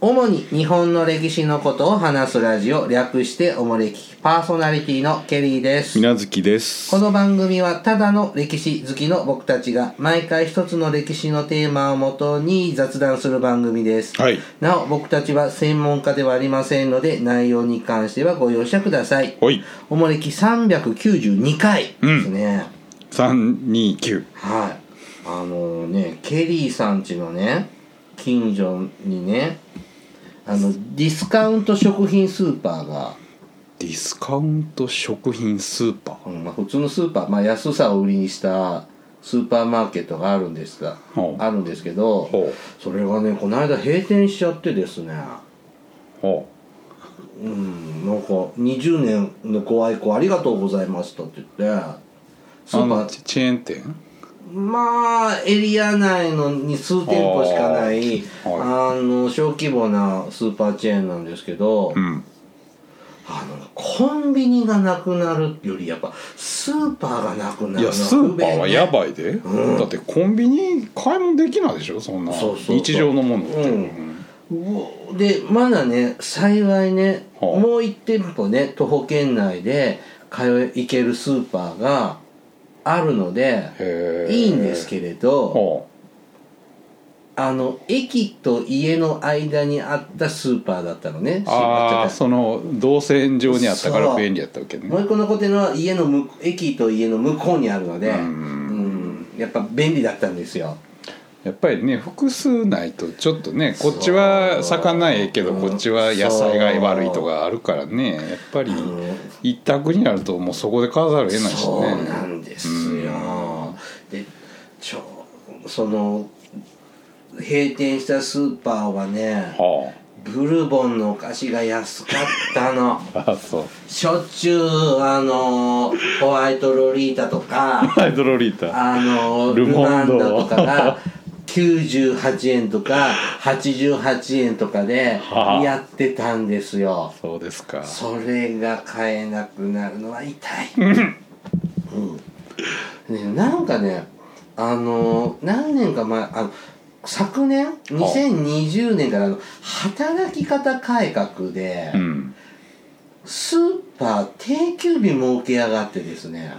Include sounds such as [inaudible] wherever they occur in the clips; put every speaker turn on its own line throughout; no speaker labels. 主に日本の歴史のことを話すラジオ略しておもれきパーソナリティのケリーです
みなずきです
こ。の番組はただの歴史好きの僕たちが毎回一つの歴史のテーマをもとに雑談する番組です、
はい
なお僕たちは専門家ではありませんので内容に関してはご容赦ください
おい、
おもれき392回ですね、
三二九。
はいあのねケリーさん家のね近所にねあのディスカウント食品スーパーが
ディスカウント食品スーパー。
うんまあ、普通のスーパー、まあ、安さを売りにしたスーパーマーケットがあるんですが
ほう
あるんですけど
ほ
それがねこの間閉店しちゃってですね
ほ
うんなんか20年のご愛顧ありがとうございましたって言ってスー
う。あ
パ
の
ー
チチェーン店。
まあエリア内のに数店舗しかないあ
は
の小規模なスーパーチェーンなんですけど、
うん。
あのコンビニがなくなるよりやっぱスーパーがなくないるの
や
は
スー
不
パー
便
は
ね
やばいで、
うん
だってコンビニ買い物できないでしょそんな
そうそうそう
日常のものって、
うんうおでまだね幸いね、
はあ
もう1店舗ね徒歩圏内で通い行けるスーパーがあるので
へえ
いいんですけれど
は
あの駅と家の間にあったスーパーだったのねス
ああー
ーパーって
その動線上にあったか
そ
ら
う
便利やったわけね
もう一個残ってるのは家の向駅と家の向こうにあるので、
うん
うんやっぱ便利だったんですよ
やっぱりね複数ないとちょっとねこっちは魚ええけど
そう
こっちは野菜が悪いとかあるからねやっぱり
ん
一択になるともうそこで買わざるを得ないし
そうな
ね
んですよ、でちょその閉店したスーパーはね
は
ブルボンのお菓子が安かったの
ああそう
しょっちゅうあのホワイトロリータとか
ハイドロリータ
あの
ル
ル
モ
マ
ン
ン
ド
ドとかが98円とか88円とかで
はあ
やってたんですよ、
そうですか
それが買えなくなるのは痛い、うんね、なんかねあのー何年か前あの昨年2020年からの働き方改革で、
うん [laughs]
スーパー定休日設けやがってですね、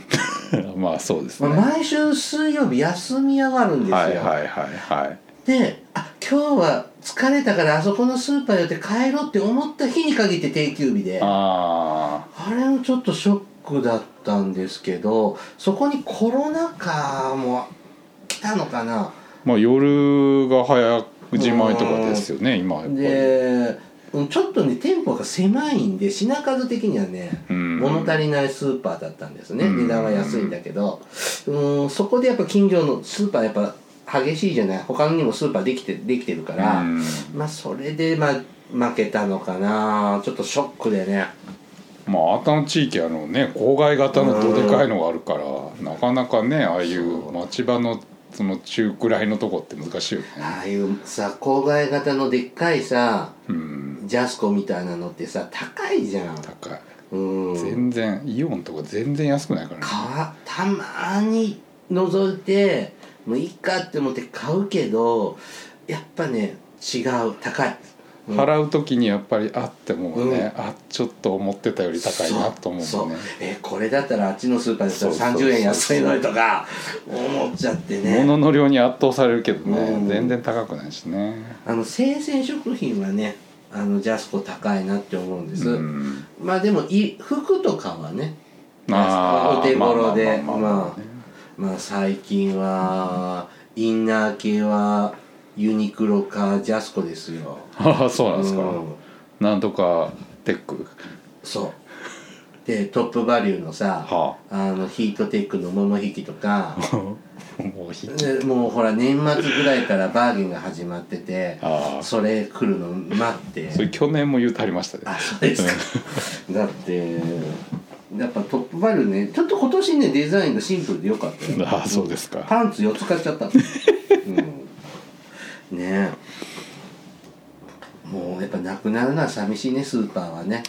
まあそうです
ま
ね
あ
は
毎週水曜日休みやがるんです
い
よ、
はいはいはい
であ今日は疲れたからあそこのスーパー寄って帰ろうって思った日に限って定休日で
あ
あれもちょっとショックだったんですけどそこにコロナ禍も来たのかな
あまあ夜が早くじまいとかですよね今やっぱり
でうんちょっとね店舗が狭いんで品数的にはね
うん
物足りないスーパーだったんですね
う
値
ん
段は安いんだけどうんそこでやっぱ近所のスーパーやっぱ激しいじゃない他にもスーパーできてできてるから、
うん
まあそれでまあ負けたのかなちょっとショックでね
まああなたの地域あのね郊外型のどでかいのがあるからなかなかねああいう町場のその中くらいのとこって難しいよね
ああいうさ郊外型のでっかいさ
うん
ジャスコみたいなのってさ高いじゃん
高い
うん
全然イオンとか全然安くないからね
買わたまに覗いてもういいかって思って買うけどやっぱね違う高いうん
払う時にやっぱりあってもうね、
う
あちょっと思ってたより高いなと思
そうう
もんね
そうえこれだったらあっちのスーパーでさ
そうそうそう
30円安いのにとか思っちゃってね
物の量に圧倒されるけどね、
うん
全然高くないしね [laughs]
あの生鮮食品はねあのジャスコ高いなって思うんです、
うん
まあでもい服とかはね
あー
お手頃でまあ
まあまあまあまあ
まあ最近はインナー系はユニクロかジャスコですよ
ああそうなんですか、
うん
なんとかテック
そうでトップバリューのさ、
は
あのヒートテックの桃引きとか [laughs]
あもうひ
でもうほら年末ぐらいからバーゲンが始まってて
ああ
それ来るの待って
それ去年も言うてありましたね
あそうですか [laughs] だってやっぱトップバリューねちょっと今年ねデザインがシンプルでよかったよ
ああそうですか
パンツ4つ買っちゃったの、うん、ねえもうねぱなくなるのは寂しいねスーパーはね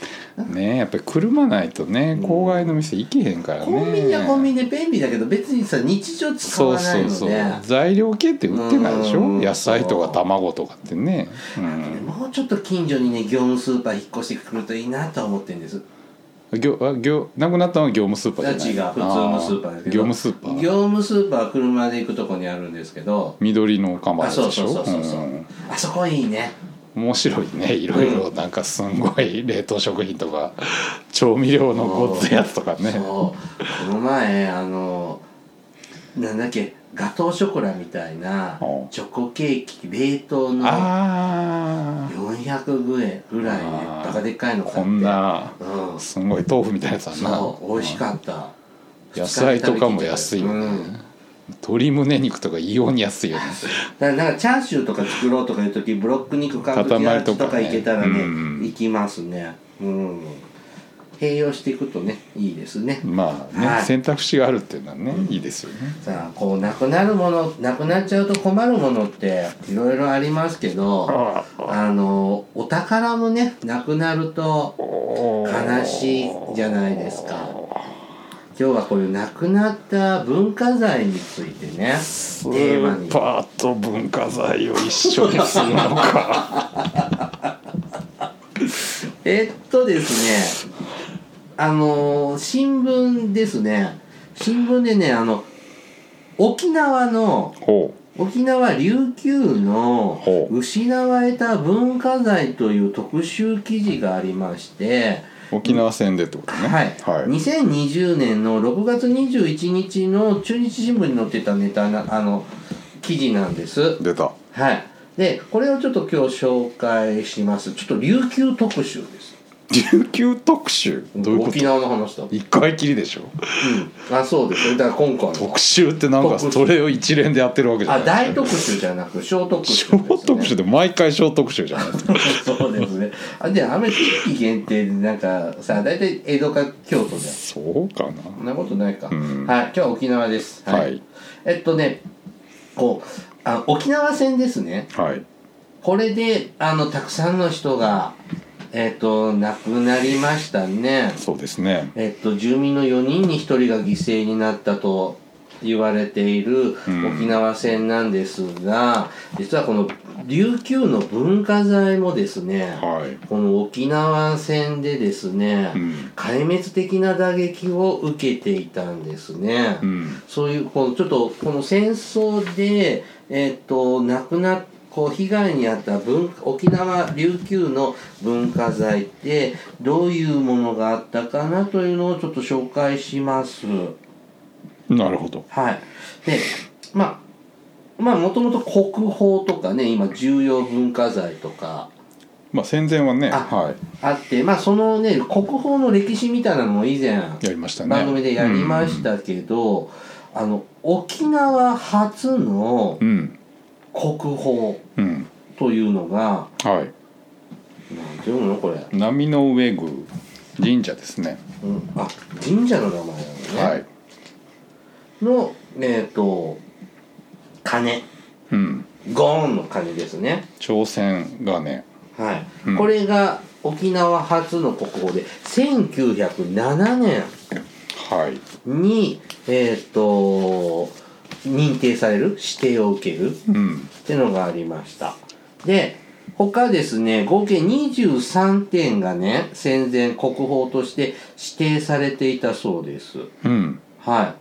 ねやっぱり車ないとね
うん
郊外の店行けへんからね
コンビニはコンビニで便利だけど別にさ日常使
そう
わない
そ
の
う
ね
そう材料系って売ってないでしょ
うん
野菜とか卵とかってねうん
もうちょっと近所にね業務スーパー引っ越してくるといいなとは思ってるんです
業あ業なくなったのは業務スーパ
違う
ー
普
じ
通
ゃない
のスーパーだ
あ
けど
業務スーパー
業務スーパーは車で行くとこにあるんですけど
緑の看板
あそ
で
う
し
そう
ょ
そうそうそう
うん
あそこいいね
面白いねいろいろなんかすんごい冷凍食品とか調味料のごっついやつとかね
そうこの前あのなんだっけガトーショコラみたいな
うん
チョコケーキ冷凍の
あ
400ぐらいぐらいね
あー
バカでっかいの
あ
買って
こんな
うん
すんごい豆腐みたいなやつだな
そう美味しかった
野菜とかも安いよね
うん
鶏胸肉とか異様に安いよね
だからなんかチャーシューとか作ろうとかいう時ブロック肉買う時
塊
ランチ
と
と
か
か
ね
いけたらね
うん
行きますねうん併用していくとねいいですね
まあね、
はい
選択肢があるっていうのはね、いいですよね
さあこうなくなるものなくなっちゃうと困るものっていろいろありますけどあのお宝もねなくなると悲しいじゃないですか今日はこういうなくなった文化財についてね
ス
テーマに
ーパーと文化財を一緒にするのか
えっとですね、あのー新聞ですね、新聞でね、あの、沖縄の、
ほ
沖縄琉球の
ほう
失われた文化財という特集記事がありまして、
う沖縄戦でってことね
はい、
はい、
2020年の6月21日の中日新聞に載ってたネタな、あの、記事なんです。
出た
はい。で、これをちょっと今日紹介します。ちょっと琉球特集です。
琉球特集どういうこ
沖
と
縄の話だ。
一回きりでしょ
うん、あそうですねだから今回の
特集ってなんか
特集
それを一連でやってるわけじゃ
あ
ない
大特集じゃなく小特集
小特集
で
で毎回小特集じゃないです
す
か
ね [laughs] そうですねあであんまり地域限定でなんかさ大体江戸か京都じゃん
そうかな
そんなことないか、
うん
はい今日は沖縄です
はい
えっとねこうあ沖縄戦ですね
はい
これであのたくさんの人がえっと亡くなりましたね
そうですね
えっと、住民の4人に1人が犠牲になったと言われている
うん
沖縄戦なんですが、実はこの琉球の文化財もですね、
はい
この沖縄戦でですね、
うん
壊滅的な打撃を受けていたんですね。
うん
そういうこのちょっとこの戦争で、えっと亡くなっこう被害に遭った文沖縄琉球の文化財ってどういうものがあったかなというのをちょっと紹介します。
なるほど
はい、でまあまあもともと国宝とかね今重要文化財とか
まあ戦前はね
あ
はい
あってまあそのね国宝の歴史みたいなのも以前
やりましたね
番組でやりましたけど、あの沖縄初の
うん
国宝
うん、
というのが
うん、はい
なんていうのこれ、
波の上宮神社ですね
うん、あ神社の名前なのね、
はい
のえっ、と鐘
うん
ゴーンの鐘ですね
朝鮮がね
はい、
うん
これが沖縄初の国宝で1907年
はい
にえっ、と認定される指定を受ける
うん
ってのがありました。で、他ですね、合計23点がね、戦前国宝として指定されていたそうです。
うん
は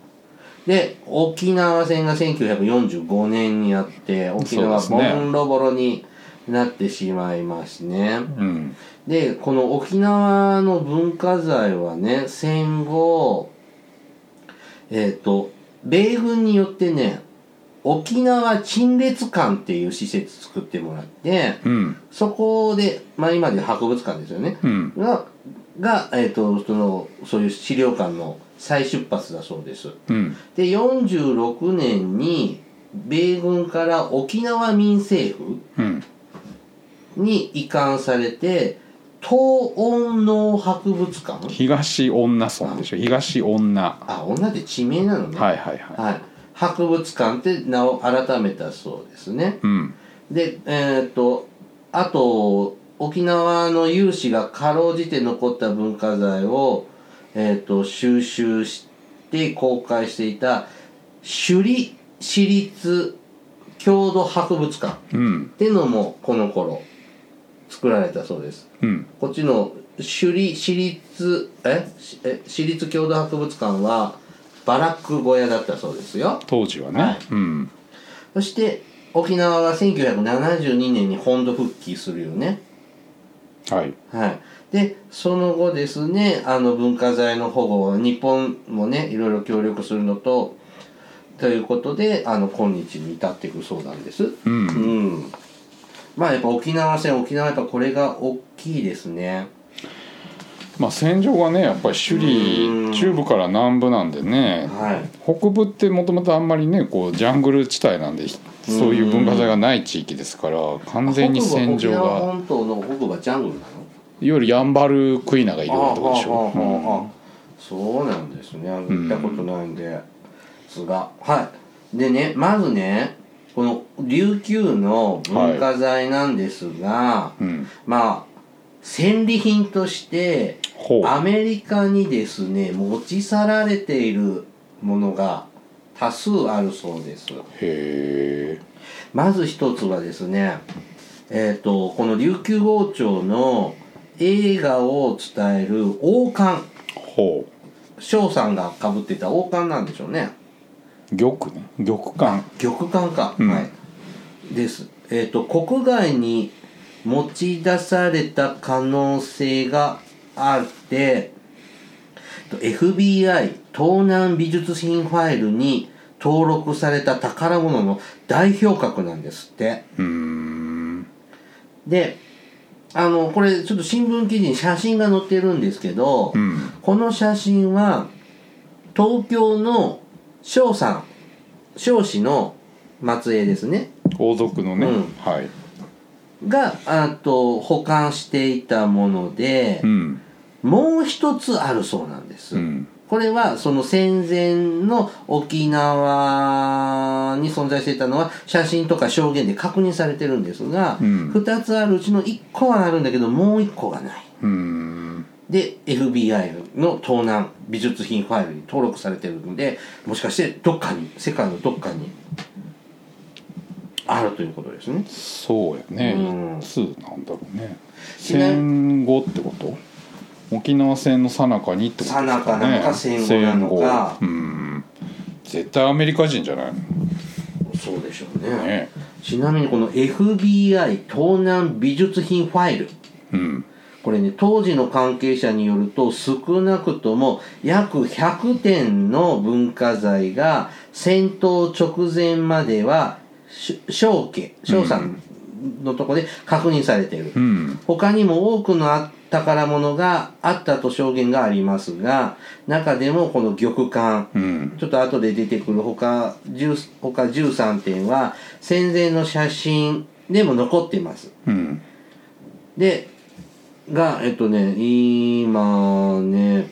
い。で、沖縄戦が1945年にあって、沖縄
そう
ボ
ですね
ンロボロになってしまいますね。
うん
で、この沖縄の文化財はね、戦後、えっ、と、米軍によってね、沖縄陳列館っていう施設作ってもらって、
うん
そこで、まあ今でいう博物館ですよね。
うん
が、が、えっ、と、その、そういう資料館の再出発だそうです。
うん
で、46年に、米軍から沖縄民政府、
うん
に移管されて東温能博物館
東女村でしょ東女は
あ女って地名なの
い
ね、
はいいはい
はい、博物館って名を改めたそうですね
うん
でえっ、とあと沖縄の有志がかろうじて残った文化財を、えー、と収集して公開していた首里市立郷土博物館っ
うん
ていうのもこの頃作られたそうです
うん
こっちの首里市立えしえ市立郷土博物館はバラック小屋だったそうですよ
当時はね、
はい
うん
そして沖縄が1972年に本土復帰するよね
はい
はい、でその後ですねあの文化財の保護日本もねいろいろ協力するのとということであの今日に至っていくそうなんです
う
うんん、まあやっぱ沖縄戦沖縄はやっぱこれが大きいですね
まあ戦場がねやっぱり
う
首
ん
里中部から南部なんでね
はい
北部ってもともとあんまりねこうジャングル地帯なんでひそういう文化財がない地域ですから完全に戦場
北部は沖縄
が
本島の北部はジャングルなの
いわゆるヤンバルクイナがいるようなとこでし
ああああああ
ょ
そうなんですねあの行ったことないんですが、はいでねまずねこの琉球の文化財なんですが、
うん、うん、
まあ戦利品として
ほう
アメリカにですね持ち去られているものが多数あるそうです
へえ
まず一つはですねえっ、とこの琉球王朝の映画を伝える王冠
ほ
翔さんがかぶっていた王冠なんでしょうね
う玉ね玉冠
玉冠か、
うん
はいですえっ、と国外に持ち出された可能性があってえっと FBI 東南美術品ファイルに登録された宝物の代表格なんですって
うーん
であのこれちょっと新聞記事に写真が載ってるんですけど、
うん
この写真は東京の翔さん翔氏の末裔ですね
王族のね、
うん
はい
があと保管していたもので
う、ん
もう一つあるそうなんです、
うん
これはその戦前の沖縄に存在していたのは写真とか証言で確認されてるんですが、
う
二
ん
2つあるうちの1個はあるんだけどもう1個がないう
ーん
で FBI の盗難美術品ファイルに登録されてるんでもしかしてどっかに世界のどっかにあるということですね
そうやね、
うん
いつなんだろうね
ちなみ
戦後ってこと沖縄戦の最中にってことですか
最中な
ね
のか戦後なのか
戦後うん絶対アメリカ人じゃないの
そうでしょうね
ね
ちなみにこの FBI 盗難美術品ファイル
うん
これね当時の関係者によると少なくとも約100点の文化財が戦闘直前まではし翔家翔さんのとこで確認されている、
うん
他にも多くのあ宝物があったと証言がありますが中でもこの玉冠
うん
ちょっと後で出てくる他10他13点は戦前の写真でも残っています
うん
でがえっとね今ね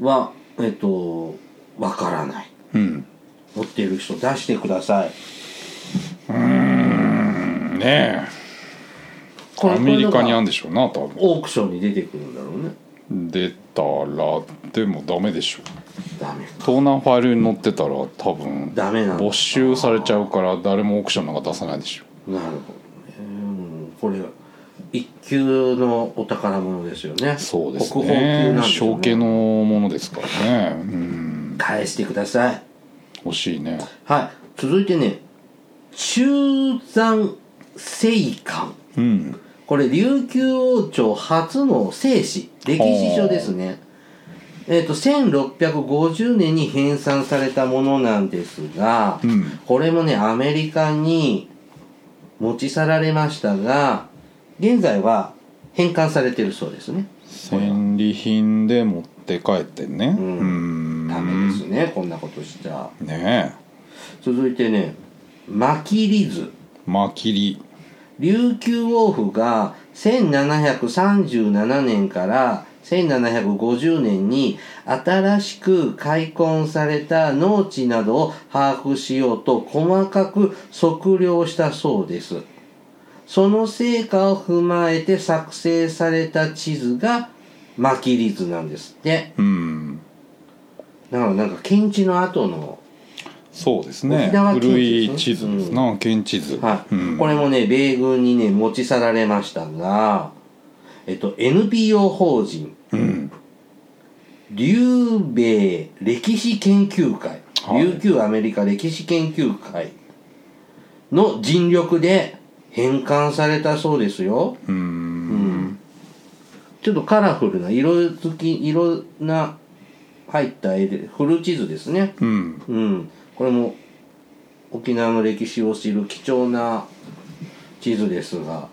はえっとわからない
うん
持っている人出してください
うんねえ
これ
アメリカに
こ
ある
れ
んでしょうな多分
オークションに出てくるんだろうね
出たらでもダメでしょ
ダメか
盗難ファイルに載ってたら多分
ダメなんだ
没収されちゃうから誰もオークションなんか出さないでしょ
なるほどねうんこれ一級のお宝物ですよね
そうです
国宝級
ね
なんでしょ
承
う
継
ね
のものですからねうん
返してください
惜しいね
はい続いてね中山聖館
うん
これ琉球王朝初の聖史歴史書ですねえっ、と1650年に編纂されたものなんですが、
うん
これもねアメリカに持ち去られましたが現在は返還されてるそうですね
戦利品で持って帰ってんねうんん
ダメですねこんなことしちゃ
ね
続いてねマキリ図
えまきり
琉球王府が1737年から1750年に新しく開墾された農地などを把握しようと細かく測量したそうです。その成果を踏まえて作成された地図がマキリ図なんですって
うん
だからなんか検地の後の、
そうですね
沖縄県地図
古い地図ですな、県地図、
はい
うん
これもね米軍にね持ち去られましたが、えっと、NPO 法人
うん
琉米歴史研究会、
はい
琉球アメリカ歴史研究会の尽力で返還されたそうですよ
うんうん
ちょっとカラフルな色付き色な入った絵でフル地図ですね
うん
うんこれも沖縄の歴史を知る貴重な地図ですが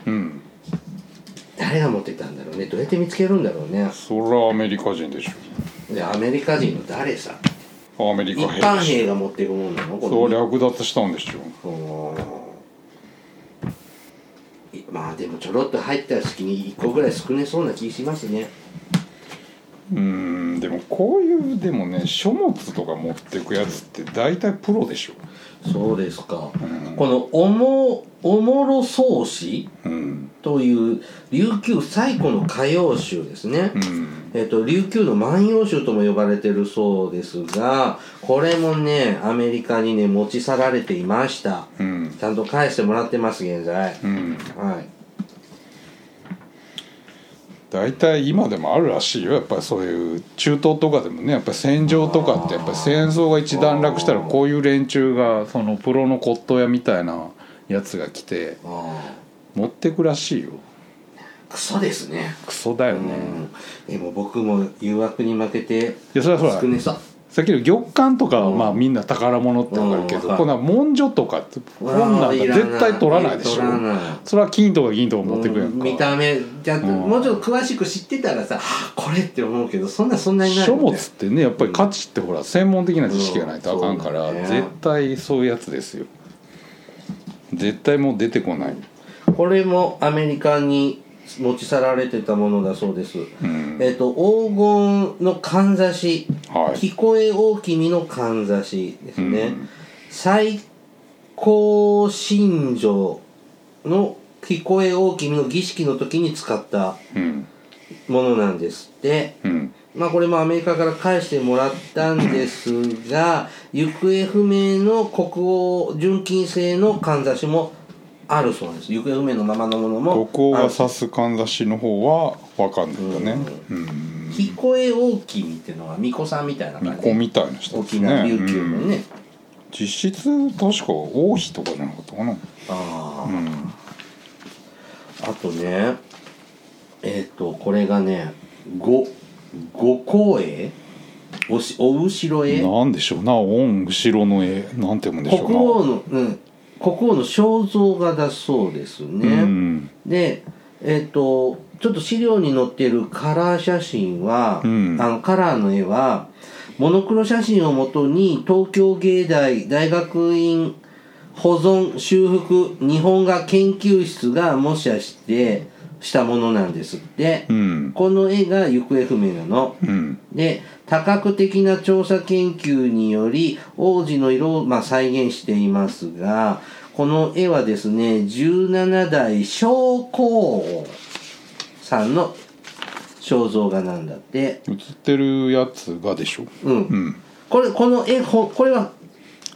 誰が持ってたんだろうねどうやって見つけるんだろうね
それはアメリカ人でし
でアメリカ人の誰さ
ょアメリ
一
カ
般
でし
兵が持っていくもんなの
ょ
こ
そう
れ
略奪したんでしょ
そういまあでもちょろっと入った隙に1個ぐらい少ねそうな気しますね
うんでもこういうでもね書物とか持ってくやつって大体プロでしょ
そうですか、
ん
このおもおもろ草子
うん
という琉球最古の歌謡集ですね、
うん
えっと、琉球の万葉集とも呼ばれてるそうですがこれもねアメリカにね持ち去られていました
うん
ちゃんと返してもらってます現在、
うん
はい
大体今でもあるらしいよやっぱりそういう中東とかでもねやっぱり戦場とかってやっぱり戦争が一段落したらこういう連中がそのプロの骨董屋みたいなやつが来て
あ
持ってくらしいよ
ークソですね
クソだよ
う
ね、い
んでも僕も誘惑に負けて
やそれは
少
そうだ
ねさ
さっきの玉環とかは
うん
まあみんな宝物ってわかるけど、
うん
こんな文書とかってこんなんだ絶対取らないでしょ
取らない
それは金とか銀とか持ってくやん
うん
か、
見た目じゃあ
ん
もうちょっと詳しく知ってたらさこれって思うけどそんなそんなにない
書
よね
物ってねやっぱり価値ってほら専門的な知識がないとあかんから、
うんそうだね
絶対そういうやつですよ絶対もう出てこない
これもアメリカに持ち去られてたものだそうです、
うん
えっと黄金のかんざし、
はい
聞こえ大きみのかんざしですね、
うん
最高神女の聞こえ大きみの儀式の時に使った
うん
ものなんですって
うん
まあこれもアメリカから返してもらったんですが行方不明の国王純金製のかんざしもあるそうなんです行方不明のままのものも
国王
あ
が
る
指すかんざしの方は分かんないよねうん
聞こえ大きいっていうのは巫女さんみたいな
巫
感じ
女みたいな人です
沖
ね
縄琉球の
うん
ね、
実質確か王妃とかじゃなかったかな
あ
うん
ああとねえっ、とこれがねご五光栄おしお後ろ絵
なんでしょうな恩後ろの絵なんて読むんでし
国
ょうな
王の、うん、国王の肖像画だそうですね、
うん
でえっ、とちょっと資料に載っているカラー写真は、
うん
あのカラーの絵はモノクロ写真をもとに東京芸大大学院保存修復日本画研究室が模写してしたものなんですって、
うん
この絵が行方不明なの。
うん
で多角的な調査研究により王子の色を、まあ、再現していますがこの絵はですね17代将校さんの肖像画なんだって
映ってるやつがでしょ
うん、
うん
これこの絵ほこれは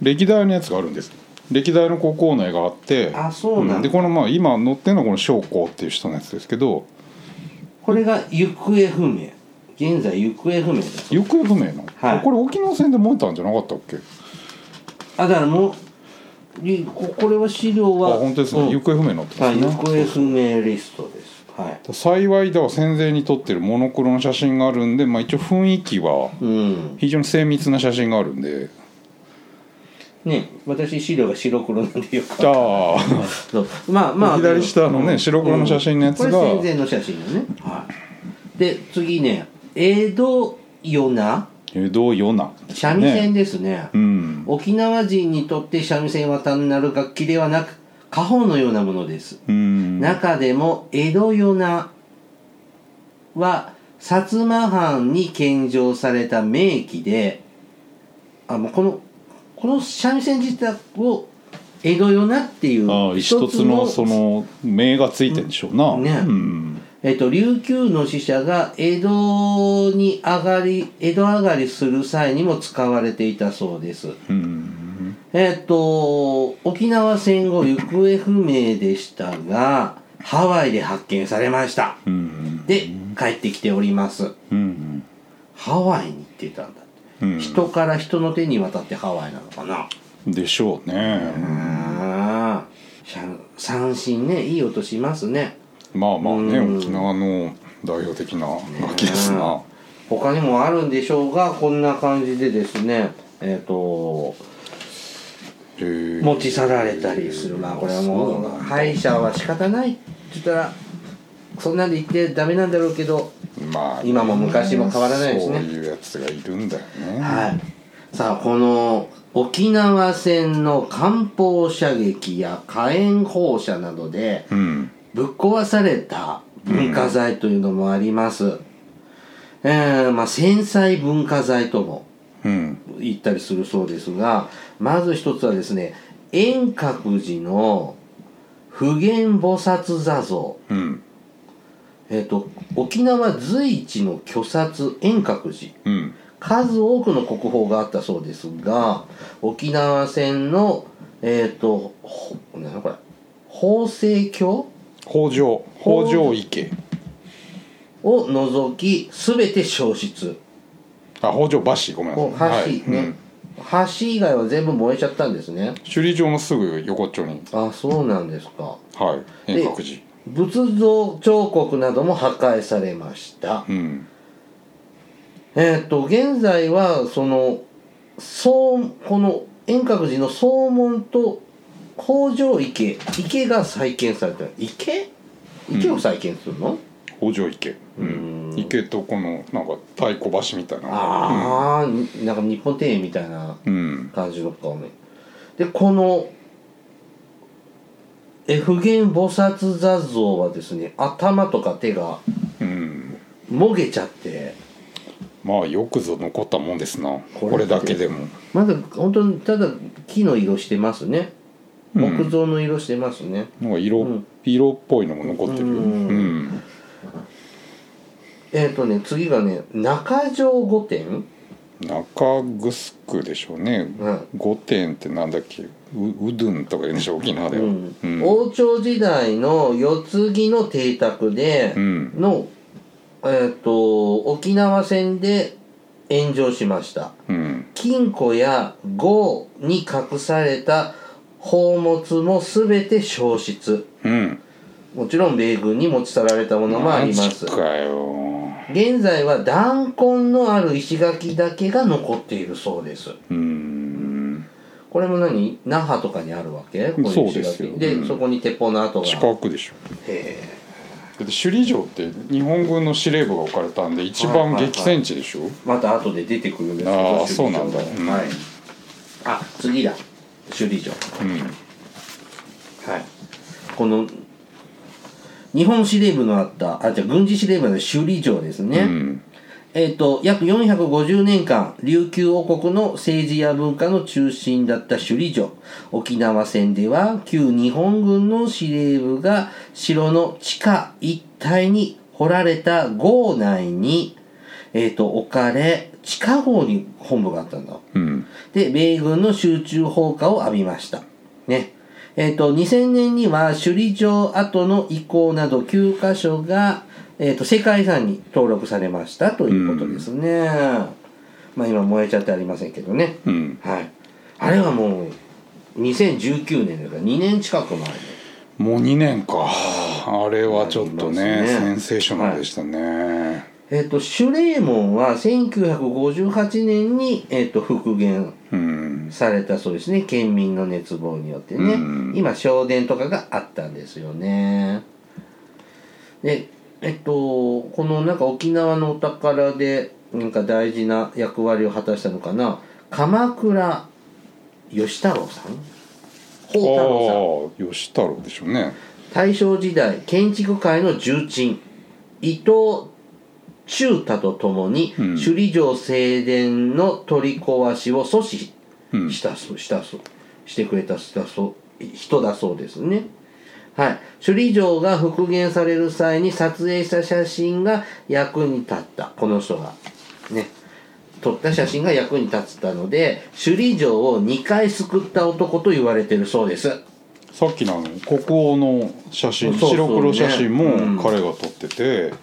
歴代のやつがあるんです歴代の国王の絵があって
あそうなんだ
でこのまあ今載ってるのはこの将校っていう人のやつですけど
これが行方不明現在行方不明だ
行方不明の、
はい
これ沖縄戦で燃えたんじゃなかったっけ
あだからもういここれは資料
あ
は
本当ですね、
うん
行方不明になってま
はい
すね
行方不明リストですはい
幸いだから戦前に撮ってるモノクロの写真があるんで、まあ、一応雰囲気は
うん
非常に精密な写真があるんで
ね私資料が白黒なんでよくわか
ああ
んないそうまあまあ
左下のね白黒の写真のやつが
これ戦前の写真だねはいで次ね江戸夜な
江戸よな
三味線ですね
うん
沖縄人にとって三味線は単なる楽器ではなく家宝のようなものです、
うん
中でも江戸夜なは薩摩藩に献上された名器であもうこのこの三味線自体を江戸よなっていう
ああ一つのその名がついてんでしょうな、
ね
うん、
えっと、琉球の使者が江戸に上がり江戸上がりする際にも使われていたそうです
うん、
えっと沖縄戦後行方不明でしたがハワイで発見されました
うん
で帰ってきております
うん
ハワイに行ってたんだ
うん
人から人の手に渡ってハワイなのかな
でしょうね、
ああ三振ねいい音しますね
まあまあね、
うん
沖縄の代表的な秋ですな、
他にもあるんでしょうがこんな感じでですねえっ、と
えー
持ち去られたりするまあこれは
そう
も
なん
う
だ
歯医者は仕方ないって言ったらそんなんで言ってダメなんだろうけど
まあ
今も昔も変わらないですね
そういうやつがいるんだよね、
はい、さあこの沖縄戦の艦砲射撃や火炎放射などで
うん
ぶっ壊された文化財というのもあります、えーまあ、戦災文化財とも
うん
言ったりするそうですがまず一つはですね円覚寺の普賢菩薩座像
うん
えっ、と沖縄随一の巨殺円覚寺
うん
数多くの国宝があったそうですが沖縄戦のえっ、とほなんだこれ法制教
北条北条池
を除き全て焼失
あ北条橋ごめん
こう
な
橋ね、
さい、はいうん、
橋以外は全部燃えちゃったんですね
首里城のすぐ横っちょに
あそうなんですか
はい
で
遠隔寺
仏像彫刻なども破壊されました、
うん
えっ、と現在はその総この円覚寺の総門と北条池池が再建された池池を再建するの、
北条池、う
うん
ん、池とこのなんか太鼓橋みたいな
ああ、なんか日本庭園みたいな
うん
感じの顔ねでこのえ普賢菩薩座像はですね頭とか手が
うん
もげちゃって
まあよくぞ残ったもんですな
これ
これだけでも
まだ本当にただ木の色してますね
うん
木造の色してますね、
なんか色、
うん
色っぽいのも残ってるよ
うん
うん
えっ、とね次がね中条御殿、
中城でしょうね
うん
御殿ってなんだっけううどんとか言うんでしょ沖縄では
うん
うん
王朝時代の世継ぎの邸宅で
うん
の、えっ、と沖縄戦で炎上しました
うん
金庫や豪に隠された宝物も全て焼失
うん
もちろん米軍に持ち去られたものもあります
マジかよ
現在は弾痕のある石垣だけが残っているそうです
うん
これも何那覇とかにあるわけこい
そう
石
で
垣
すよ
で、
うん
そこに鉄砲の跡が
近くでしょ
へ
だって首里城って日本軍の司令部が置かれたんで一番激戦地でしょ、
ーまた後で出てくるんですけ
あ
ど
ーそうなんだうん
はいあ次だ首里城はいこの日本司令部のあったあじゃ軍事司令部の首里城ですね、
うん、うん、
えっ、と約450年間琉球王国の政治や文化の中心だった首里城沖縄戦では旧日本軍の司令部が城の地下一帯に掘られた壕内に、えっと置かれ地下壕に本部があったんだ
うん、
で、米軍の集中砲火を浴びました。ね。えっ、と、2000年には首里城跡の移行など9カ所が、えっ、と、世界遺産に登録されましたということですね。まあ今燃えちゃってありませんけどね。
うん
はい。あれはもう、2019年だから2年近く前で。
もう2年かあれはちょっとね
ありますね
センセーショナルでしたね、
えっ、と、シュレーモンは1958年に、えっ、と、復元
うん
されたそうですね県民の熱望によってね、
うん
今昇電とかがあったんですよねでえっとこのなんか沖縄のお宝でなんか大事な役割を果たしたのかな鎌倉義太郎さん
ああ
宝太郎さん
吉太郎でしょうね
大正時代建築界の重鎮伊藤忠太とともに、
うん
首里城正殿の取り壊しを阻止
うん
したそうしたそうしてくれたしたそう人だそうですね。はい。首里城が復元される際に撮影した写真が役に立った。この人が。ね。撮った写真が役に立ったので、首里城を2回救った男と言われてるそうです。
さっきのあの国王の写真
そうそう
白黒写真も
ねうん
彼が撮ってて、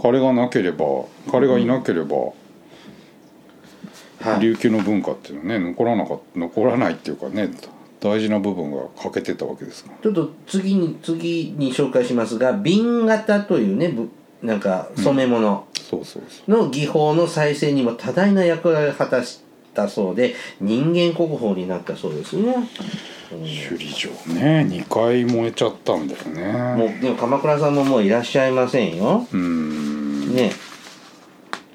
彼がなければ彼がいなければ、
はい。
琉球の文化っていうのはね残らなかっ残らないっていうかね大事な部分が欠けてたわけですから
ちょっと次に、次に紹介しますが、瓶型というね、ぶなんか染め物。
そうそうそ
の技法の再生にも多大な役割を果たしたそうで人間国宝になったそうですね、
う首里城ね2回燃えちゃったんだよ
も
ね
うでも鎌倉さんももういらっしゃいませんよ
うーん
ね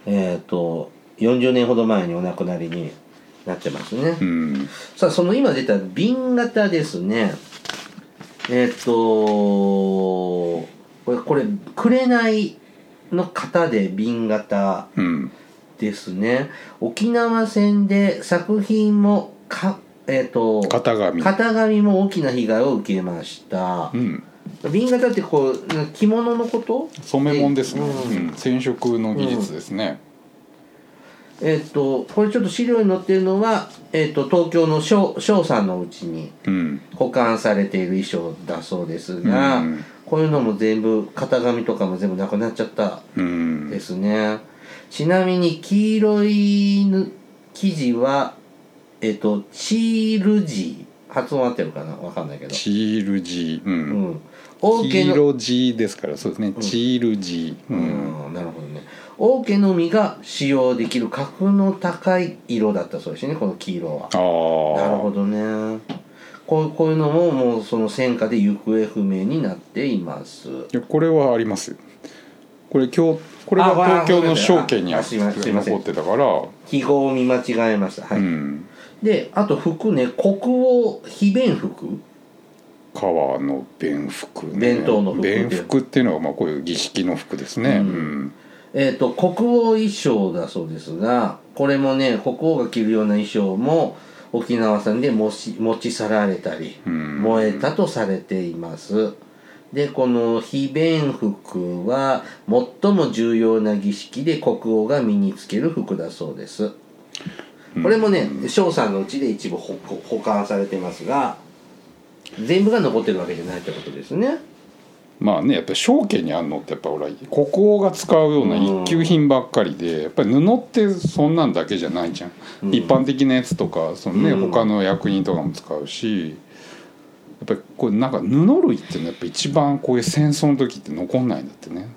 えっ、と40年ほど前にお亡くなりになってますね、
うん
さあその今出た瓶型ですねえっ、とこれこれ紅の型で瓶型
うん
ですね沖縄戦で作品もかえっ、と
型紙
型紙も大きな被害を受けました
うん
瓶型ってこうな着物のこと
染め物ですね、
うん
うん染色の技術ですね、
えっ、とこれちょっと資料に載ってるのは、えっと東京の翔翔さんのうちに
うん
保管されている衣装だそうですが、
うん
こういうのも全部型紙とかも全部なくなっちゃった
うん
ですねちなみに黄色いぬ生地はえっ、とチールジー発音合ってるかなわかんないけど
チールジー、う
うんん王
黄
家の
色ジーですからそうですね、チールジ
う
ー、うん
んなるほどね王家のみが使用できる格の高い色だったそうですねこの黄色は
ああ
なるほどねこうこういうのももうその戦火で行方不明になっています
いやこれはありますよこれ今日これ
あわあ
が東京の証券にあ
あすいませんすいません
残ってたから、
記号を見間違えましたはい、
うん
であと服ね国王非弁服
川の弁服、ね、
弁当の服
弁服っていうのはまあこういう儀式の服ですね、うん
えっ、と、国王衣装だそうですが、これもね、国王が着るような衣装も、沖縄産で持ち持ち去られたり、
うん
燃えたとされています。で、この非弁服は、最も重要な儀式で国王が身につける服だそうです。これもね、翔さんのうちで一部保保管されてますが、全部が残ってるわけじゃないってことですね。
まあねやっぱり証券にあるのってやっぱほら国王が使うような一級品ばっかりでやっぱり布ってそんなんだけじゃないじゃん、一般的なやつとかそのね、
うん
他の役人とかも使うしやっぱりこれなんか布類っていうのはやっぱ一番こういう戦争の時って残んないんだってね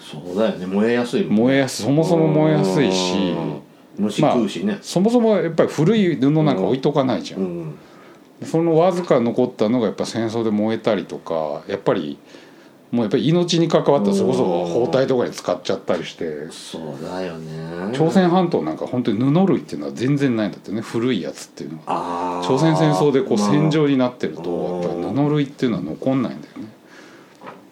そうだよね、燃えやすいもんね
燃えやすそもそも燃えやすいし
うん虫食うしね、
そもそもやっぱり古い布なんか置いとかないじゃん、
うん
そのわずか残ったのがやっぱ戦争で燃えたりとかやっぱりもうやっぱり命に関わったそれこそ包帯とかに使っちゃったりして
そうだよね
朝鮮半島なんか本当に布類っていうのは全然ないんだってね古いやつっていうのは
あー
朝鮮戦争でこう
まあ
戦場になってる
うん
とやっぱり布類っていうのは残んないんだよね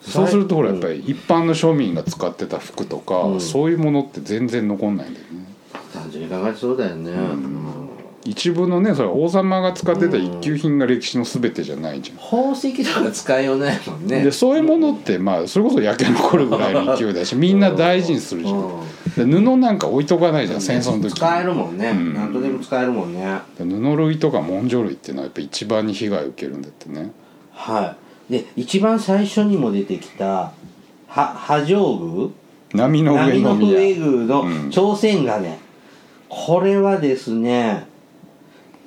そうするとほらやっぱり一般の庶民が使ってた服とか、
うん
そういうものって全然残んないんだよね
単純に考えてそうだよね、うん
一部のねそれは王様が使ってた一級品が歴史の全てじゃないじゃん、
宝石とか使いようないもんね
でそういうものってまあそれこそ焼け残るぐらいの勢い
[laughs]
だしみんな大事にするじゃん
うん
で布なんか置いとかないじゃん戦争の時
使えるもんね、
うん
なんとでも使えるもんね
布類とか文書類っていうのはやっぱ一番に被害を受けるんだってね
はいで一番最初にも出てきたは波状宮
波の上
波
の
の上
宮
宮
うん
の朝鮮金、これはですね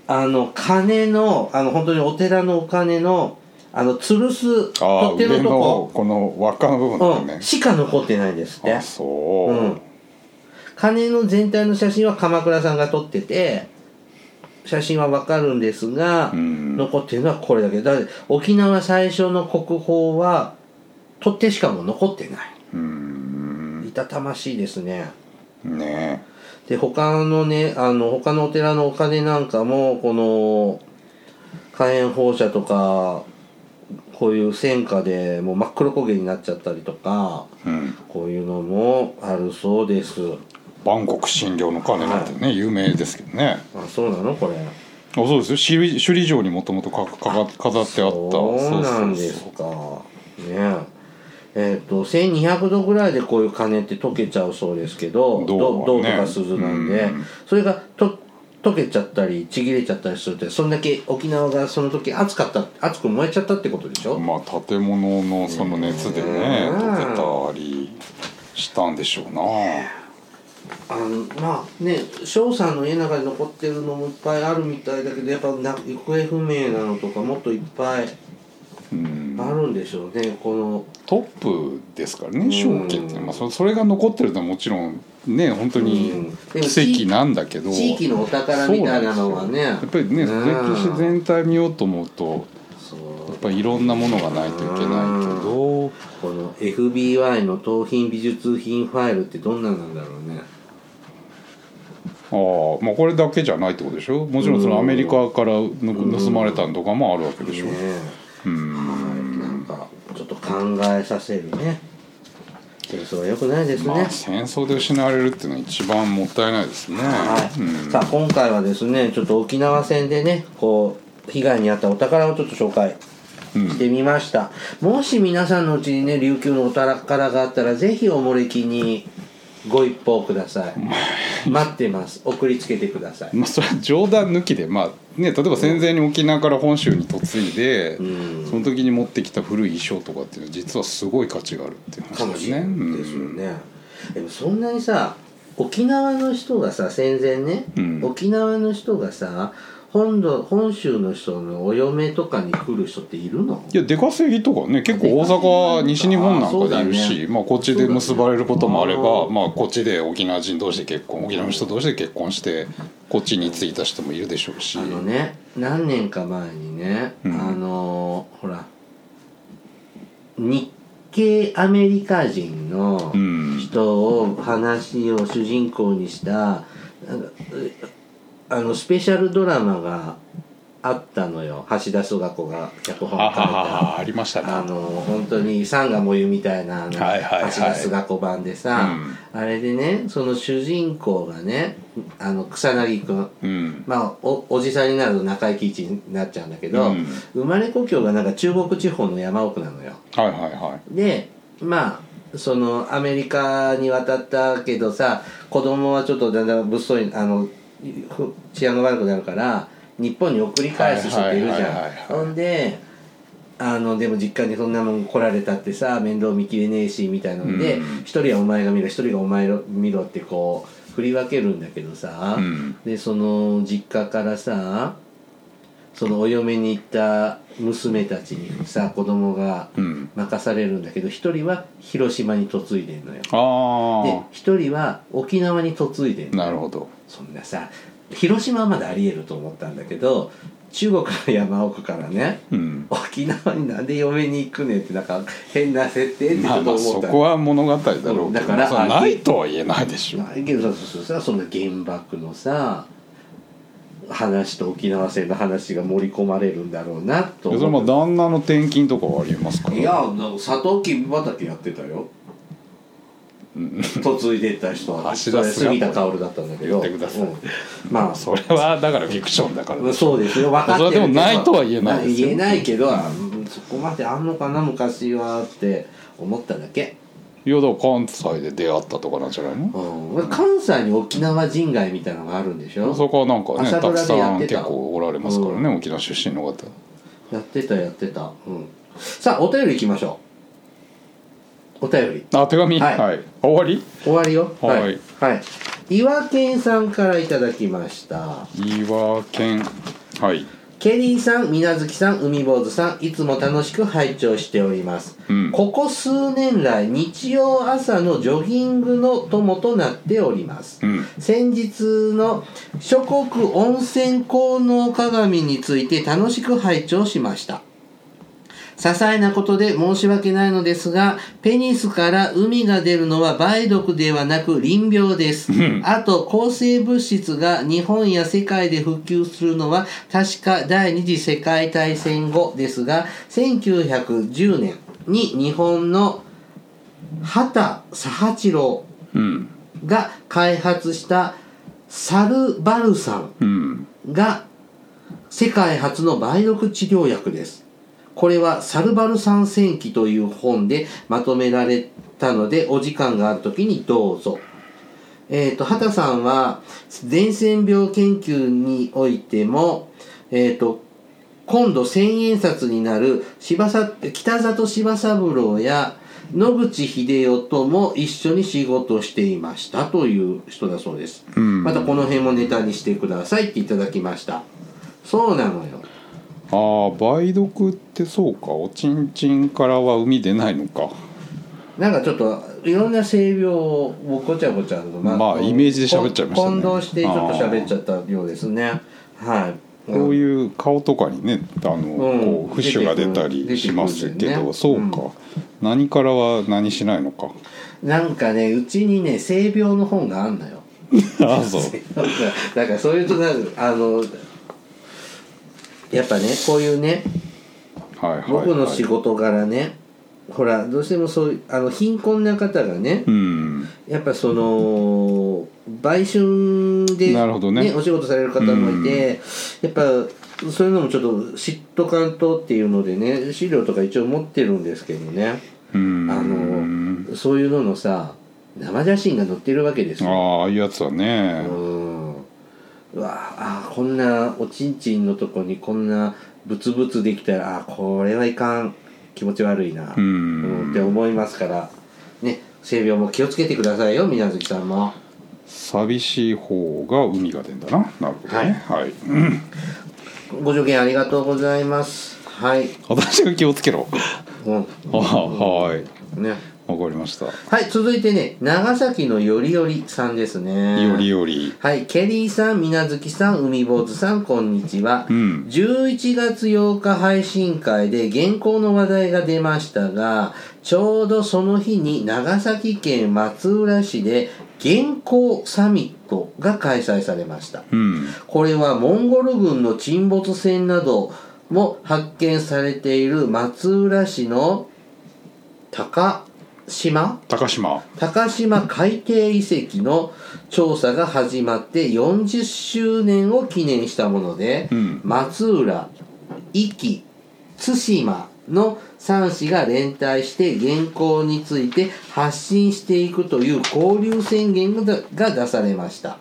あの金のあの本当にお寺のお金のあの吊るす
ああ
取っ手
上
の
の
と
この輪っかの部分だ
こ、
よ
う
ね
ん、しか残ってないんですって
あそう、
うん金の全体の写真は鎌倉さんが撮ってて写真はわかるんですが、
うん
残ってるのはこれだけだから沖縄最初の国宝は取っ手しかもう残ってない、
うん
いたたましいですね
ね
で他のねあの他のお寺のお金なんかもこの火炎放射とかこういう戦火でもう真っ黒焦げになっちゃったりとか
え、うん、
こういうのもあるそうです
万国診療の鐘なんてね、有名ですけどね
あそうなのこれ
あそうですよ首里首里城にもともとかかか飾ってあった
そうなんですかねえっ、と1200度ぐらいでこういう鐘って溶けちゃうそうですけど銅
銅は
銅、
ね
とか鈴なんで、
うん
それがと溶けちゃったりちぎれちゃったりするってそんだけ沖縄がその時暑かった暑く燃えちゃったってことでしょ、
まあ建物のその熱でね
うん
溶けたりしたんでしょうな
あのまあね翔さんの家の中に残ってるのもいっぱいあるみたいだけどやっぱな行方不明なのとかもっといっぱい
うん
あるんでしょうねこの
トップですからね正家って、
うん
まあ、そそれが残ってるのはもちろんね本当に
うん
奇跡なんだけど、
地域のお宝みたいなのはね
やっぱりね、
うん
歴史全体見ようと思うと
そ
やっ
う
ぱりいろんなものがないといけないけど、
この FBI の盗品美術品ファイルってどんなんなんだろうね
ああまあこれだけじゃないってことでしょもちろんそのアメリカからの盗まれたのとかもあるわけでしょ、
ね
うん
はいなんかちょっと考えさせるね戦争は良くないですね、
まあ戦争で失われるっていうのは一番もったいないですね、
はい
うん
さあ今回はですねちょっと沖縄戦でねこう被害に遭ったお宝をちょっと紹介してみました、もし皆さんのうちにね琉球のお宝があったらぜひおもれきにご一報くださ
[laughs]
い待ってます送りつけてください
まあ、それは冗談抜きで、まあね、例えば戦前に沖縄から本州に嫁いで、
うん
その時に持ってきた古い衣装とかっていうのは実はすごい価値があるっていう
か
話
も
で
し
す
れ
ね。
ないですよね、でもそんなにさ沖縄の人がさ戦前ね、
うん
沖縄の人がさ本土本州の人のお嫁とかに来る人っているの
いや出稼ぎとかね結構大阪西日本なんかでいる
あーそう
し、
だね
まあ、こっちで結ばれることもあれ
そうだ
ばまあ、こっちで沖縄人同士で結婚沖縄の人同士で結婚してこっちに着いた人もいるでしょうし
あのね何年か前にね、
うん
あのーほら日系アメリカ人の
うん
人を話を主人公にしたなんかうあのスペシャルドラマがあったのよ橋田壽賀子が脚
あ
本を書い
ははは
た。
はありましたね
あの本当にサンガもゆみたいなあの橋
はいはいはい
田壽賀子版でさ、あれでねその主人公がねあの草薙君
うん
まあ、おおじさんになると中井貴一になっちゃうんだけど、
うん
生まれ故郷がなんか中国地方の山奥なのよ
はいはいは
でまあそのアメリカに渡ったけどさ子供はちょっとだんだん物騒にあのふ治安が悪くなるから日本に送り返す人っているじ
はいはい
ゃ
はいはい
んほんであのでも実家にそんなもん来られたってさ面倒見きれねえしみたいなので
うん
一、人はお前が見ろ一人がお前を見ろってこう振り分けるんだけどさ、
うん
でその実家からさそのお嫁に行った娘たちにさ子供が
いうん
任されるんだけど一人は広島に嫁いでんのよで
あ
一人は沖縄に嫁いでん
あ
の
なるほど
そんなさ広島はまだありえると思ったんだけど中国の山奥からね
うん
沖縄になんで嫁に行くねんってなんか変な設定ってちょ
まあ
っ
ま
と [laughs]
あそ
思った
こは物語だろうけど
うんだから
そのないとは言えないでしょ
まあけどさそさその原爆のさ話と沖縄戦の話が盛り込まれるんだろうなと
それは
思
まあ
っ
旦那の転勤とかはありますか
た
ら
いやなんかサトウキビ畑やってたよ嫁いでった人はそ
橋田
れ
壽賀
杉田薫だったんだけど
言ってください
うんまあそ
それはだからフィクションだから
うそうですよ分かってる
それはでもないとは言えないですよ
言えないけど、うんそこまであんのかな昔はって思っただけ、
いやだから関西で出会ったとかなんじゃないの
うん、関西に沖縄人街みたいなのがあるんでしょ
そこはなんかね
朝
た
ド
く
ラでや
さ
っ
ん
てた
結構おられますからね、沖縄出身の方
やってたやってたうんさあお便りいきましょうお便り
あ手紙
は
はいい、終わり
終わりよ
はい
はい、はい、岩健さんからいただきました
岩県はい
ケリーさん水無月さん海坊主さんいつも楽しく拝聴しております、
うん
ここ数年来日曜朝のジョギングの友となっております、
うん
先日の諸国温泉効能鏡について楽しく拝聴しました些細なことで申し訳ないのですが、ペニスから海が出るのは梅毒ではなく淋病です。あと、抗生物質が日本や世界で普及するのは確か第二次世界大戦後ですが、1910年に日本の畑佐八郎
うん
が開発したサルバルサン
うん
が世界初の梅毒治療薬です。これはサルバル三戦記という本でまとめられたので、お時間がある時にどうぞ。えっ、と、畑さんは、伝染病研究においても、えっ、と、今度千円札になる柴さ北里柴三郎や野口英世とも一緒に仕事していましたという人だそうです、
うん
またこの辺もネタにしてくださいっていただきましたそうなのよ
ああ梅毒ってそうかおちんちんからは海出ないのか
なんかちょっといろんな性病をごちゃごちゃと、
まあイメージで喋っちゃいましたね
混同してちょっと喋っちゃったようですねはい
こういう顔とかにねあの、
ん
こうフッシュが出
出てく
た
る
りしますけ
出てくるん
ど、
だよね
そうか、何からは何しないのか
なんかねうちにね性病の本があんのよ
ああ [laughs] そう
なんかなんかそういうとなんかあのやっぱねこういうね
はいはい、はい、
僕の仕事柄ね、ほらどうしてもそういうあの貧困な方がね
うん
やっぱその売春で、
なるほどね
お仕事される方もいて、やっぱそういうのもちょっと嫉妬感とっていうのでね資料とか一応持ってるんですけどね、
うん
あのそういうののさ生写真が載ってるわけですよ
ああああいうやつはね、
うんうわあこんなおちんちんのとこにこんなブツブツできたらあこれはいかん気持ち悪いな、
うん
うんって思いますからね性病も気をつけてくださいよ水無月さんも
寂しい方が海が出んだななるほどねはい、うん
ご助言ありがとうございますはい、
私が気をつけろ
うん
ああはい
ね、
わかりました、
はい続いてね長崎のよりよりさんですね
よりより
はい、ケリーさん、みなずきさん、海坊主さん、こんにちは。
うん
11月8日配信会で原稿の話題が出ましたが、ちょうどその日に長崎県松浦市で原稿サミットが開催されました。
うん
これはモンゴル軍の沈没船なども発見されている松浦市の高島
高島 [laughs]
高島海底遺跡の調査が始まって40周年を記念したもので、
うん
松浦、壱岐、対馬の3市が連帯して原稿について発信していくという交流宣言がが出されました。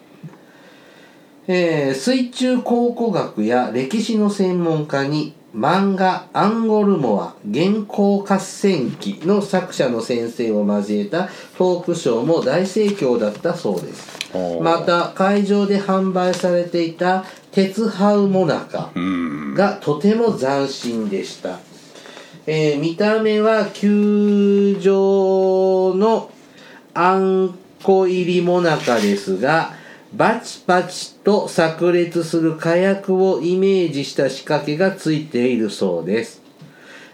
えー水中考古学や歴史の専門家に漫画「アンゴルモア原稿合戦記」の作者の先生を交えたトークショーも大盛況だったそうです
おー
また会場で販売されていた「鉄ハウモナカ」
うん
がとても斬新でした、えー見た目は球状のあんこ入りもなかですがバチバチと炸裂する火薬をイメージした仕掛けがついているそうです、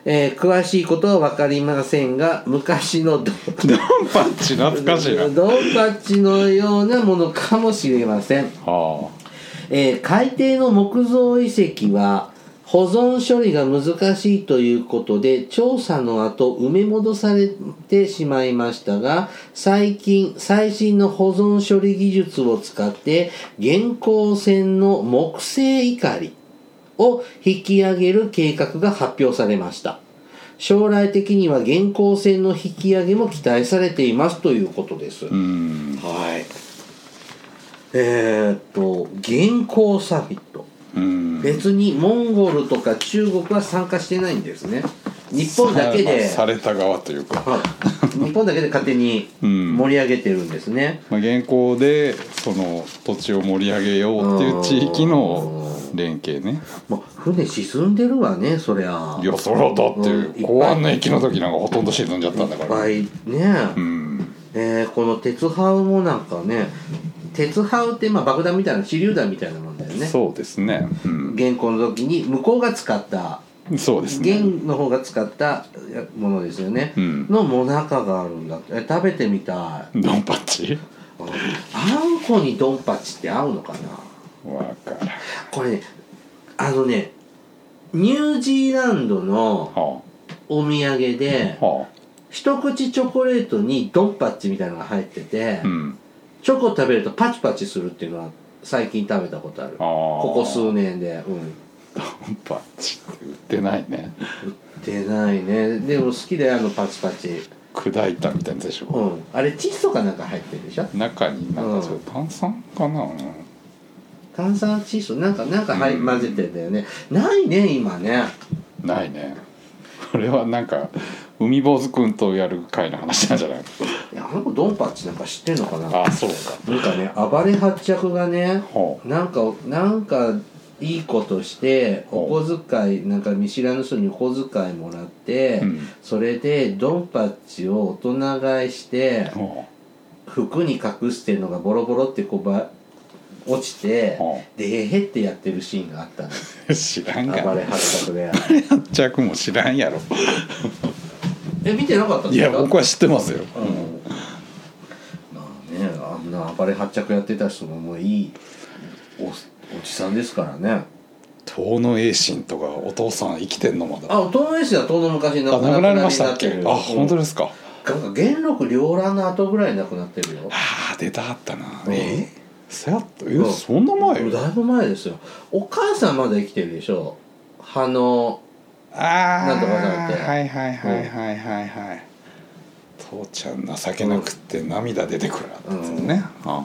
えー詳しいことは分かりませんが昔のど
ドンパッチ懐かしいな
ドンパッチのようなものかもしれません
あ
えー海底の木造遺跡は保存処理が難しいということで調査の後埋め戻されてしまいましたが最近最新の保存処理技術を使って現行船の木製怒りを引き上げる計画が発表されました将来的には現行船の引き上げも期待されていますということです、
あうん
はい。えーっと、現行サミット。
うん
別にモンゴルとか中国は参加してないんですね。日本だけで、
さまあされた側というか、
はい日本だけで勝手に
うん
盛り上げてるんですね。
まあ、現行でその土地を盛り上げようっていう地域の連携ね
もう船沈んでるわね、そりゃ。
いやそれはだって
うんいっぱい
公安の駅の時なんかほとんど沈んじゃったんだ
いっ
から
ぱいね。
うん
えーこの鉄ハウもなんかね、鉄ハウってまあ爆弾みたいな、手榴弾みたいなもんだよね。
そうですね、うん
現行の時に向こうが使った
そうですね
弦の方が使ったものですよね、
うん
のもなかがあるんだってえ食べてみたい
ドンパッチ
あんこにドンパチって合うのかな
わからんは
これねあのねニュージーランドのお土産で
あは
一口チョコレートにドンパッチみたいなのが入ってて、
あうん
チョコ食べるとパチパチするっていうのは最近食べたことある
あー
ここ数年でうん
パッチって売ってないね
出ないねでも好きだよあのパチパチ
砕いたみたいなやつでしょ、
うんあれチッ素かなんか入ってるでしょ
中になんかそうれ
ん
炭酸かな、
炭酸窒素なんかなんか、はい
うん
混ぜてんだよねないね今ね
ないねこれはなんか海坊主くんとやる会の話なんじゃない
いやあの子ドンパッチなんか知ってんのかな
あそうか
なんかね暴れ発着がね
ほう
なんかなんかいいことしてお
ほ
小遣いなんか見知らぬ人にお小遣いもらって、
うん
それでドンパッチを大人買いして
ほ
服に隠してるのがボロボロってこうば落ちて
ほ
でへへってやってるシーンがあったの
う知らんが
暴
な
れ発着で
ジャックも知らんやろ
え見てなかったん
い
です
や
か
僕は知ってますよ、
うんまあねあんな暴れ発着やってた人ももういいおおじさんですからね
遠野栄心とかお父さん生きてんのまだ
あ遠野衛視は遠野昔
あ
亡く
亡くなりまし
な
たっ
って
け
る
あ本当
に
ですか
なんか元禄両乱の後ぐらいに亡くなってるよ
ああ出たあったな、
うん
えそやったえ、
うん
そんな前
だいぶ前ですよお母さんまだ生きてるでしょ羽の
ああ
なんとかなんて
はいはいはいはいはいはい、父ちゃん情けなくって涙出てくるなってやつね、あ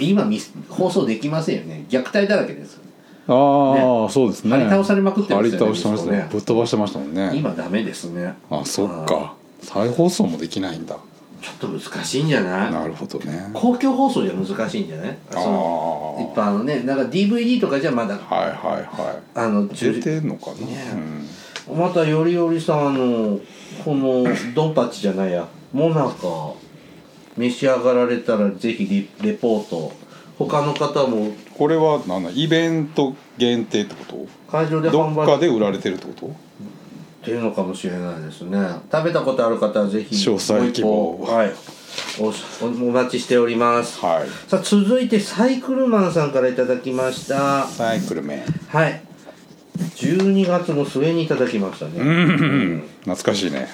今見す放送できませんよね虐待だらけですよね
あー、そうですね
張り倒されまくってま
張
し
り
たよね
倒してました
息
ね
子ね
ぶっ飛ばしてましたもんね
今ダメですね
あそっか再放送もできないんだ
ちょっと難しいんじゃない
なるほどね
公共放送じゃ難しいんじゃない
あ
その一
あ
般のねなんか DVD とかじゃまだ
はいはいは
あの
い出てんのかな、
ね
うん
またよりよりさんあのこのドンパチじゃないやもなか召し上がられたらぜひリレポート他の方も
これは何だイベント限定ってこ
会場で
とど
販
っか
売
で売られてるってこと
っていうのかもしれないですね食べたことある方はぜひ
詳細希望
ご一報はいおおお待ちしております
はい
さあ続いてサイクルマンさんからいただきました
サイクル麺
はい12月の末にいただきましたね
うん懐かしいね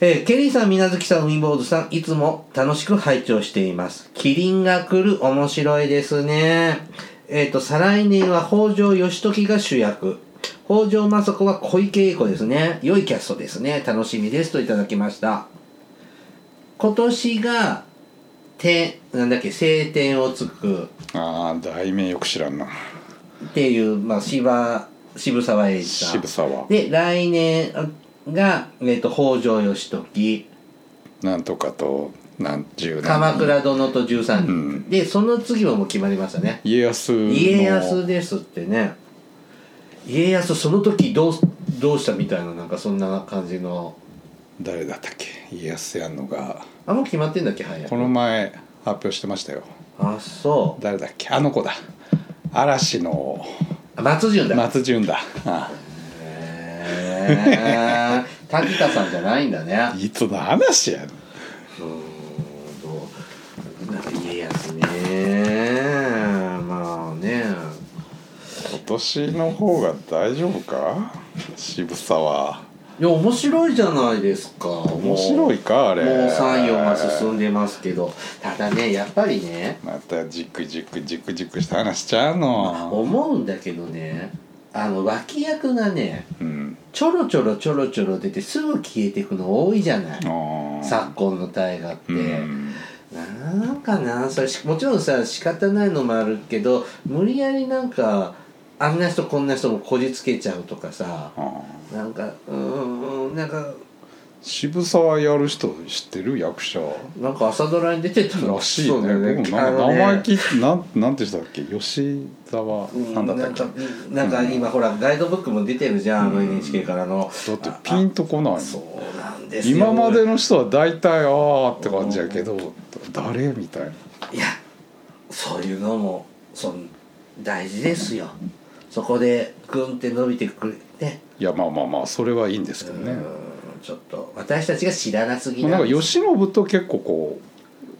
えーケリーさん、みなずきさん、ウィンボーズさん、いつも楽しく拝聴しています。キリンが来る、面白いですね。えっ、と、再来年は北条義時が主役。北条政子は小池栄子ですね。良いキャストですね。楽しみです。といただきました。今年が、て、なんだっけ、晴天をつく
ああ題名よく知らんな
っていう、まあ、芝、渋沢栄一さん。
渋沢
で、来年が、えっ、と、北条義時。
なんとかと何十年
鎌倉殿と13人、
うん
でその次はもう決まりましたね
家康の
家康ですってね家康その時どうどうしたみたいななんかそんな感じの
誰だったっけ家康やんのが
あもう決まってんだっけ早い
この前発表してましたよ
あそ
誰だっけあの子だ嵐の
う松潤だ、
松潤だあ
へー滝田さんじゃないんだね
あいつの話やねん
うーんどうなんか家康ねまあね
今年の方が大丈夫か渋沢
いや面白いじゃないですか
面白いかあれ
もう34が進んでますけどただねやっぱりね
またじくじくじくじくした話しちゃうの
思うんだけどねあの脇役がね
うん
ちょろちょろちょろちょろ出てすぐ消えていくの多いじゃない
ああ
昨今の大河って、
うん
なんかなそれしもちろんさ仕方ないのもあるけど無理やりなんかあんな人こんな人もこじつけちゃうとかさ
ああ
なんかうーんなんか
渋沢やる人知ってる役者
なんか朝ドラに出てたの
らしい
そうだ
ね
よ
僕もな
あ
ん
の
か
ね
名前聞いてなんなんて人だっけ吉沢
うん
なんだったっけ
なんかなんか今ほらガイドブックも出てるじゃん、あの NHK からの
だってピンとこないもん
そうなんですよ
今までの人は大体ああって感じやけど誰みたいない
やそういうのもそん大事ですよそこでグンって伸びてくれて
いやまあまあまあそれはいいんですけどね
うんちょっと私たちが知らなすぎ
なんか
よ
吉信と結構こ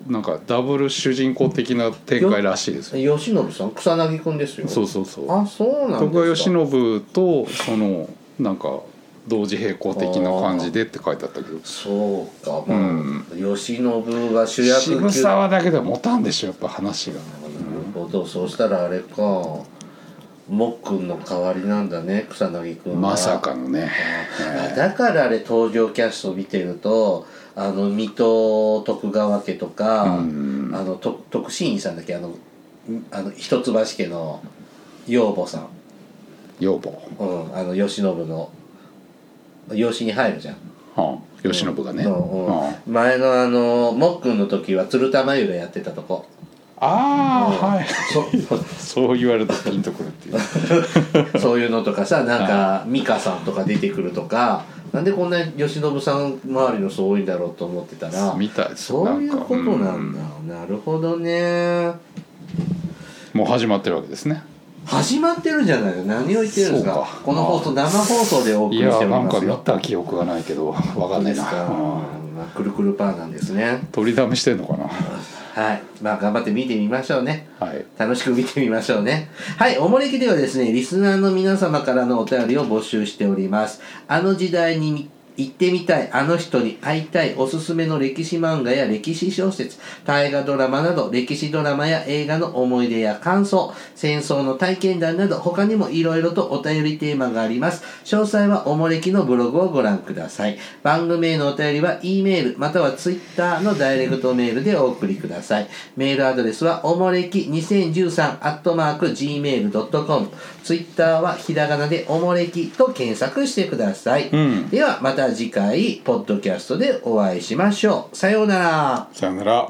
うなんかダブル主人公的な展開らしいですよ
吉信さん草薙くんですよ
そうそうそう
あそうなんですか
徳川慶喜とそのなんか同時並行的な感じでって書いてあったけど
そうかまあ、
うん
吉信が主役級
渋沢だけでは持たんでしょやっぱ話が
なるほことそうしたらあれかもっくんの代わりなんだね草薙くんは
まさかのね
あだからあれ登場キャスト見てるとあの水戸徳川家とか、
うん
あのと徳信院さんだっけあのあの一橋家の養母さん、
養母、
うん、あの慶喜の養子に入るじゃん。
うん、慶喜がね、
う
うん
んうん前のあのもっくんの時は鶴田真由がやってたとこ
ああ、
うん
はい
そ
そう言われるとピンとくるってい
[laughs]
う [laughs]
そういうのとかさなんか美香さんとか出てくるとかなんでこんなに慶喜さん周りの人多いんだろうと思ってたら
みたいです
そういうことな
うん
んだ、なるほどね
もう始まってるわけですね
始まってるじゃないの何を言ってるんですか
そうか
この放送生放送でお送
い
りしてお
や
り
なん
ま
か
す
見
よ
た記憶がないけどわかんな
で
い
すか、
な、うん
まあ、くるくるパーなんですね
取りだめしてんのかな
はいまあ頑張って見てみましょうね
はい
楽しく見てみましょうね。はい、おもれきではですね、リスナーの皆様からのお便りを募集しております。あの時代に行ってみたい、あの人に会いたい、おすすめの歴史漫画や歴史小説、大河ドラマなど、歴史ドラマや映画の思い出や感想、戦争の体験談など、他にもいろいろとお便りテーマがあります。詳細はおもれきのブログをご覧ください。番組へのお便りは E メールまたは Twitter のダイレクトメールでお送りください。メールアドレスはおもれき2013アットマーク Gmail.com。Twitter はひらがなでおもれきと検索してください。
うん
ではまた次回、ポッドキャストでお会いしましょう。さようなら。
さよなら